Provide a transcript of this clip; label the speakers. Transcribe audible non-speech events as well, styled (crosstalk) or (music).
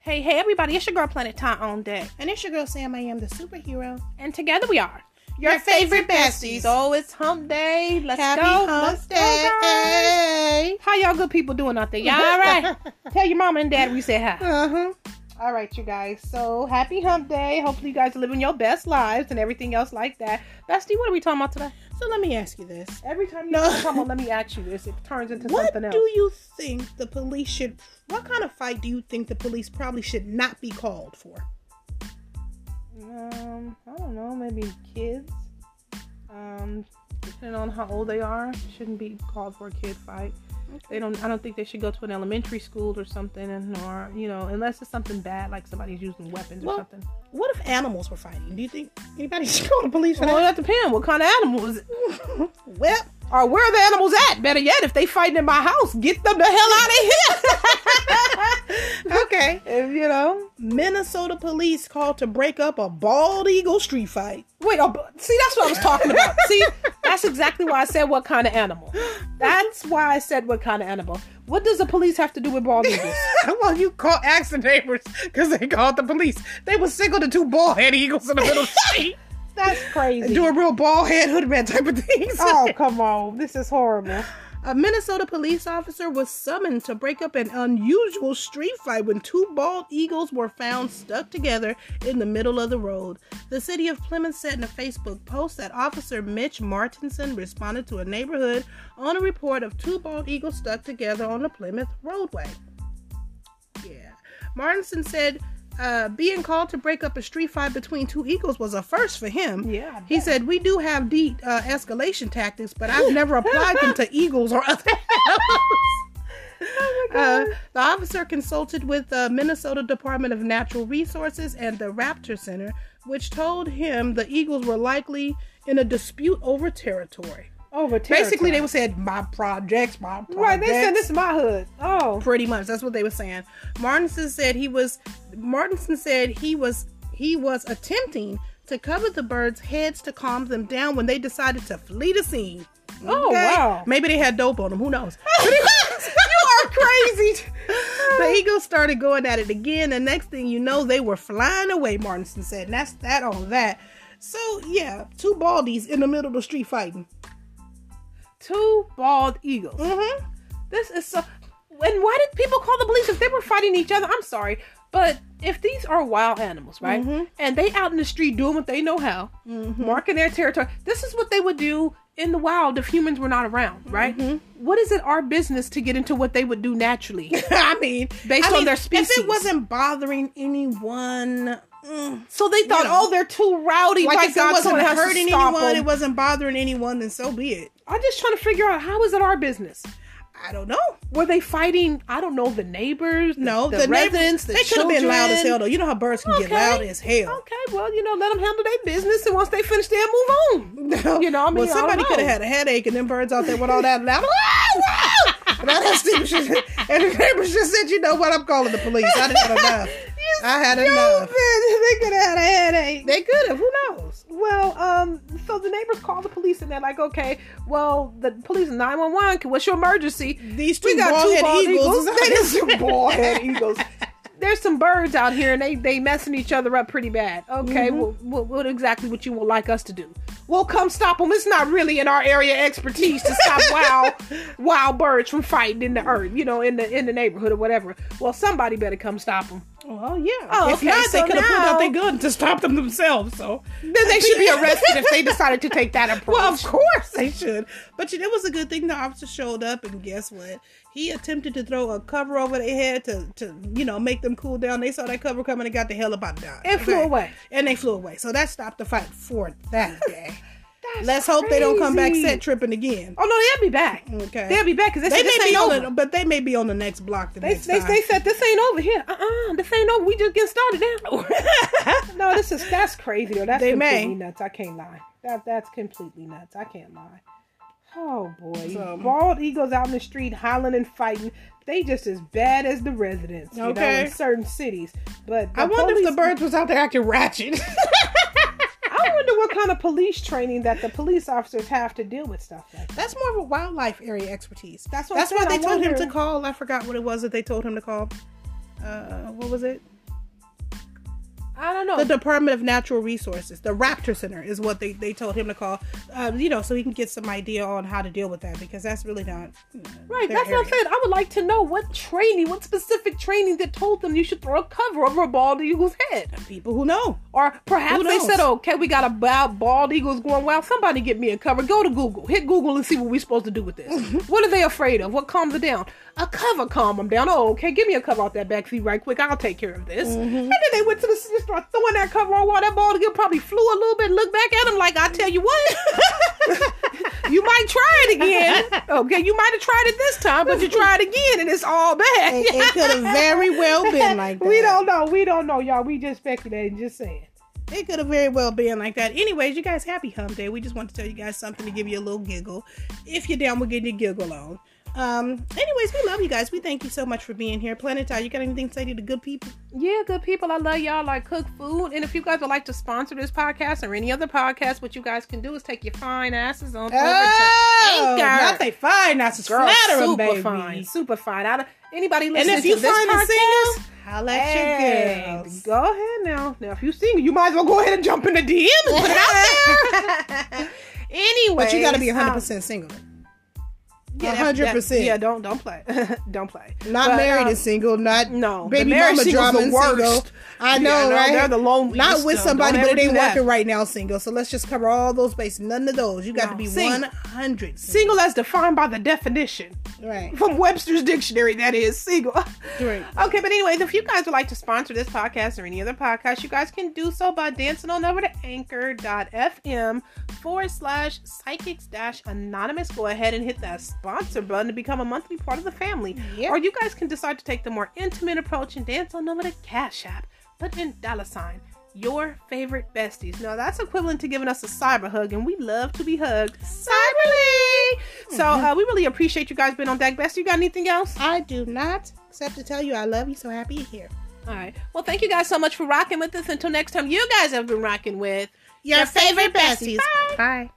Speaker 1: Hey, hey, everybody, it's your girl Planet Ty on deck.
Speaker 2: And it's your girl Sam. I am the superhero.
Speaker 1: And together we are
Speaker 2: Your favorite besties.
Speaker 1: So it's hump day. Let's
Speaker 2: Happy
Speaker 1: go.
Speaker 2: Hump
Speaker 1: Let's go, guys.
Speaker 2: Day.
Speaker 1: How y'all good people doing out there? Y'all all (laughs) right? Tell your mama and dad we said hi.
Speaker 2: uh huh.
Speaker 1: All right, you guys. So happy hump day. Hopefully, you guys are living your best lives and everything else like that. Bestie, what are we talking about today?
Speaker 2: So let me ask you this:
Speaker 1: Every time you
Speaker 2: No.
Speaker 1: come on, let me ask you this. It turns into
Speaker 2: What
Speaker 1: something else.
Speaker 2: do you think the police should? What kind of fight do you think the police probably should not be called for?
Speaker 1: Um, I don't know, maybe kids. Um, depending on how old they are, shouldn't be called for a kid fight. They don't. I don't think they should go to an elementary school or something, and or you know, unless it's something bad like somebody's using weapons
Speaker 2: Well,
Speaker 1: or something.
Speaker 2: What if animals were fighting? Do you think anybody (laughs) should call the police for
Speaker 1: Well,
Speaker 2: that?
Speaker 1: that depends. What kind of animals?
Speaker 2: (laughs) Well,
Speaker 1: Or where are the animals at? Better yet, if they fighting in my house, get them the hell out of here. (laughs)
Speaker 2: okay.
Speaker 1: if you know,
Speaker 2: Minnesota police called to break up a bald eagle street fight.
Speaker 1: wait. Oh, but- see, that's what I was talking (laughs) about. see, that's exactly why I said what kind of animal. That's why I said what kind of animal. What does the police have to do with bald eagles?
Speaker 2: (laughs) well, you call asked the neighbors because they called the police. They was sick of the two bald head eagles in the middle of (laughs) the street.
Speaker 1: (laughs) That's crazy.
Speaker 2: Do a real bald head hoodman type of thing.
Speaker 1: (laughs)
Speaker 2: (laughs)
Speaker 1: oh come on, this is horrible.
Speaker 2: A Minnesota police officer was summoned to break up an unusual street fight when two bald eagles were found stuck together in the middle of the road. The city of Plymouth said in a Facebook post that Officer Mitch Martinson responded to a neighborhood on a report of two bald eagles stuck together on the Plymouth roadway. Yeah. Martinson said uh, being called to break up a street fight between two eagles was a first for him.
Speaker 1: Yeah, I
Speaker 2: He said, We do have deep uh, escalation tactics,
Speaker 1: (laughs)
Speaker 2: but I've never applied them to eagles or other animals.
Speaker 1: Oh
Speaker 2: (laughs) Uh, the officer consulted with the Minnesota Department of Natural Resources and the Raptor Center, which told him the eagles were likely in a dispute over territory.
Speaker 1: Over
Speaker 2: Basically, they were saying, My projects, my projects.
Speaker 1: right. They said this is my hood. Oh,
Speaker 2: Pretty much, that's what they were saying. Martinson said he was. Martinson said he was. He was attempting to cover the birds' heads to calm them down when they decided to flee the scene.
Speaker 1: Oh, wow.
Speaker 2: Maybe they had dope on them.
Speaker 1: (laughs)
Speaker 2: Who knows?
Speaker 1: you are
Speaker 2: (laughs)
Speaker 1: crazy.
Speaker 2: the eagles started going at it again. The next thing you know, they were flying away. Martinson said, and "That's that on that." So yeah, two baldies in the middle of the street fighting.
Speaker 1: Two bald eagles.
Speaker 2: Mm-hmm.
Speaker 1: This is so. And why did people call the police if they were fighting each other? I'm sorry, but if these are wild animals, right,
Speaker 2: Mm-hmm.
Speaker 1: and they out in the street doing what they know how, marking their territory, this is what they would do in the wild if humans were not around, right?
Speaker 2: Mm-hmm.
Speaker 1: What is it our business to get into what they would do naturally?
Speaker 2: (laughs) I mean,
Speaker 1: Based
Speaker 2: I
Speaker 1: on
Speaker 2: mean,
Speaker 1: their
Speaker 2: If
Speaker 1: species.
Speaker 2: it wasn't bothering anyone, mm,
Speaker 1: So they thought,
Speaker 2: Yeah.
Speaker 1: oh, they're too rowdy.
Speaker 2: like
Speaker 1: My
Speaker 2: if
Speaker 1: God,
Speaker 2: it wasn't
Speaker 1: someone has to
Speaker 2: hurting
Speaker 1: stop
Speaker 2: anyone,
Speaker 1: them.
Speaker 2: it wasn't bothering anyone, then so be it.
Speaker 1: I'm just trying to figure out how is it our business?
Speaker 2: I don't know.
Speaker 1: Were they fighting? I don't know the neighbors.
Speaker 2: No, the, residents,
Speaker 1: the
Speaker 2: they could have been loud as
Speaker 1: children?
Speaker 2: hell though. You know how birds can get loud as (laughs) hell.
Speaker 1: Okay, well, you know, let them handle their business, and once they finish, they'll
Speaker 2: (laughs)
Speaker 1: move on. You know, I mean,
Speaker 2: well, somebody
Speaker 1: could
Speaker 2: could have had a headache, and them birds out there with all that loud. (laughs) "Wow, wow!" and all that stupid shit. (laughs) And the neighbors just said, "You know what? I'm calling the police. I didn't had
Speaker 1: (laughs)
Speaker 2: enough. I had enough.
Speaker 1: They could have had a headache.
Speaker 2: They could have. Who knows?
Speaker 1: well, um, so the neighbors call the police, and they're like, "Okay, well, the police nine one one. What's your emergency?
Speaker 2: These
Speaker 1: We
Speaker 2: two
Speaker 1: got two
Speaker 2: bald-head
Speaker 1: bald
Speaker 2: eagles.
Speaker 1: eagles.
Speaker 2: (laughs)
Speaker 1: They just (laughs) two bald head eagles. There's some birds out here, and they they messing each other up pretty bad. Okay,
Speaker 2: Mm-hmm.
Speaker 1: well, what, what exactly what you would like us to do? Well, come stop them. It's not really in our area of expertise to
Speaker 2: (laughs)
Speaker 1: stop wild wild birds from fighting in the earth, you know, in the in the neighborhood or whatever. Well, somebody better come stop them.
Speaker 2: Well, yeah.
Speaker 1: Oh,
Speaker 2: if
Speaker 1: okay,
Speaker 2: not, they
Speaker 1: so
Speaker 2: could have pulled out
Speaker 1: now-
Speaker 2: their gun to stop them themselves. So
Speaker 1: Then they
Speaker 2: (laughs)
Speaker 1: should be arrested if they decided to take that approach.
Speaker 2: Well, of course they should. But it was a good thing the officer showed up, and guess what? He attempted to throw a cover over their head to, to you know, make them cool down. They saw that cover coming and got the hell up out of dodge.
Speaker 1: And flew away.
Speaker 2: And they flew away. So that stopped the fight for
Speaker 1: (laughs)
Speaker 2: that day.
Speaker 1: That's
Speaker 2: Let's hope they don't come back
Speaker 1: crazy.
Speaker 2: set tripping again.
Speaker 1: Oh no, they'll be back.
Speaker 2: Okay.
Speaker 1: they'll be back because
Speaker 2: They
Speaker 1: this
Speaker 2: may
Speaker 1: ain't
Speaker 2: be on,
Speaker 1: over.
Speaker 2: the, but they may be on the next block the
Speaker 1: They,
Speaker 2: next
Speaker 1: they,
Speaker 2: time.
Speaker 1: they said this ain't over here. Uh uh this ain't over. We just getting (laughs) started now. no, this is that's crazy though. That's
Speaker 2: They may.
Speaker 1: completely nuts. I can't lie. That that's completely nuts. I can't lie. Oh boy,
Speaker 2: So-
Speaker 1: bald eagles out in the street hollering and fighting. They just as bad as the residents, you know,
Speaker 2: Okay.
Speaker 1: in certain cities. But the
Speaker 2: I wonder if
Speaker 1: police-
Speaker 2: the birds was out there acting ratchet. (laughs)
Speaker 1: I wonder what kind of police training that the police officers have to deal with stuff like that.
Speaker 2: That's more of a wildlife area expertise.
Speaker 1: That's what I'm
Speaker 2: That's
Speaker 1: saying.
Speaker 2: why they
Speaker 1: I
Speaker 2: told him
Speaker 1: wonder-
Speaker 2: to call. I forgot what it was that they told him to call. Uh, what was it?
Speaker 1: I don't know.
Speaker 2: the Department of Natural Resources. The Raptor Center is what they, they told him to call, um, you know, so he can get some idea on how to deal with that because that's really not uh, you know,
Speaker 1: Right,
Speaker 2: their
Speaker 1: that's what I'm
Speaker 2: area.
Speaker 1: saying. I would like to know what training, what specific training that told them you should throw a cover over a bald eagle's head.
Speaker 2: People who know.
Speaker 1: Or perhaps
Speaker 2: Who
Speaker 1: they
Speaker 2: knows?
Speaker 1: said, okay, we got a bald, bald eagles going wild. Somebody get me a cover. Go to Google. Hit Google and see what we're supposed to do with
Speaker 2: (laughs)
Speaker 1: this. what are they afraid of? What calms it down? A cover calm them down. Oh, okay, give me a cover off that backseat right quick. I'll take care of this.
Speaker 2: Mm-hmm.
Speaker 1: And then they went to the and started throwing that cover on wall. That bald eagle probably flew a little bit, looked back at him like, I tell you what. (laughs) You might try it
Speaker 2: (laughs)
Speaker 1: again. Okay, you might have tried it this time, but you tried it again and it's all bad.
Speaker 2: It,
Speaker 1: (laughs)
Speaker 2: it could have very well been (laughs) like that.
Speaker 1: We don't know. We don't know, y'all. We just speculating, just saying.
Speaker 2: It could have very well been like that. Anyways, you guys, happy hump day. We just want to tell you guys something to give you a little giggle. If you're down with getting your giggle on. Um, anyways, we love you guys. We thank you so much for being here. Planet Tide, you got anything to say to the good people?
Speaker 1: Yeah, good people. I love y'all. Like cook food. And if you guys would like to sponsor this podcast or any other podcast, what you guys can do is take your fine asses on over to Anchor.
Speaker 2: Oh, not they fine. That's
Speaker 1: Girl,
Speaker 2: flatter 'em,
Speaker 1: super
Speaker 2: baby.
Speaker 1: fine. Super fine. I don't, anybody
Speaker 2: And
Speaker 1: listening
Speaker 2: if you
Speaker 1: to this
Speaker 2: find the
Speaker 1: podcast,
Speaker 2: singers, holla at
Speaker 1: Hey,
Speaker 2: your girls.
Speaker 1: go ahead now. Now, if you sing, you might as well go ahead and jump in the DM and put it out
Speaker 2: (laughs)
Speaker 1: there. anyway,
Speaker 2: But you got to be
Speaker 1: um,
Speaker 2: 100% single.
Speaker 1: yeah, that-
Speaker 2: 100%.
Speaker 1: that- Yeah, don't don't play, (laughs) don't play.
Speaker 2: Not
Speaker 1: But,
Speaker 2: married
Speaker 1: um,
Speaker 2: is single. Not
Speaker 1: no, the
Speaker 2: baby
Speaker 1: married
Speaker 2: mama
Speaker 1: single's
Speaker 2: drama
Speaker 1: the
Speaker 2: and single.
Speaker 1: worst.
Speaker 2: I know,
Speaker 1: Yeah, no,
Speaker 2: right?
Speaker 1: they're the loneliest,
Speaker 2: Not with
Speaker 1: though.
Speaker 2: somebody,
Speaker 1: Don't
Speaker 2: but
Speaker 1: ever
Speaker 2: it ain't
Speaker 1: do that.
Speaker 2: working right now. Single. So let's just cover all those bases. None of those. You got
Speaker 1: No,
Speaker 2: to be
Speaker 1: single.
Speaker 2: one hundred.
Speaker 1: Single as defined by the definition.
Speaker 2: Right.
Speaker 1: From Webster's dictionary, that is single.
Speaker 2: Right.
Speaker 1: Okay, but anyways, if you guys would like to sponsor this podcast or any other podcast, you guys can do so by dancing on over to anchor.fm forward slash psychics dash anonymous. Go ahead and hit that sponsor button to become a monthly part of the family.
Speaker 2: Yep.
Speaker 1: Or you guys can decide to take the more intimate approach and dance on over to Cash App. Put in dollar sign. Your favorite besties. Now that's equivalent to giving us a cyber hug, and we love to be hugged cyberly. So uh, we really appreciate you guys being on Deck Best. You got anything else?
Speaker 2: I do not except to tell you I love you. So happy you're here.
Speaker 1: All right. Well, thank you guys so much for rocking with us. Until next time, you guys have been rocking with
Speaker 2: Your favorite besties.
Speaker 1: Bye.
Speaker 2: Bye.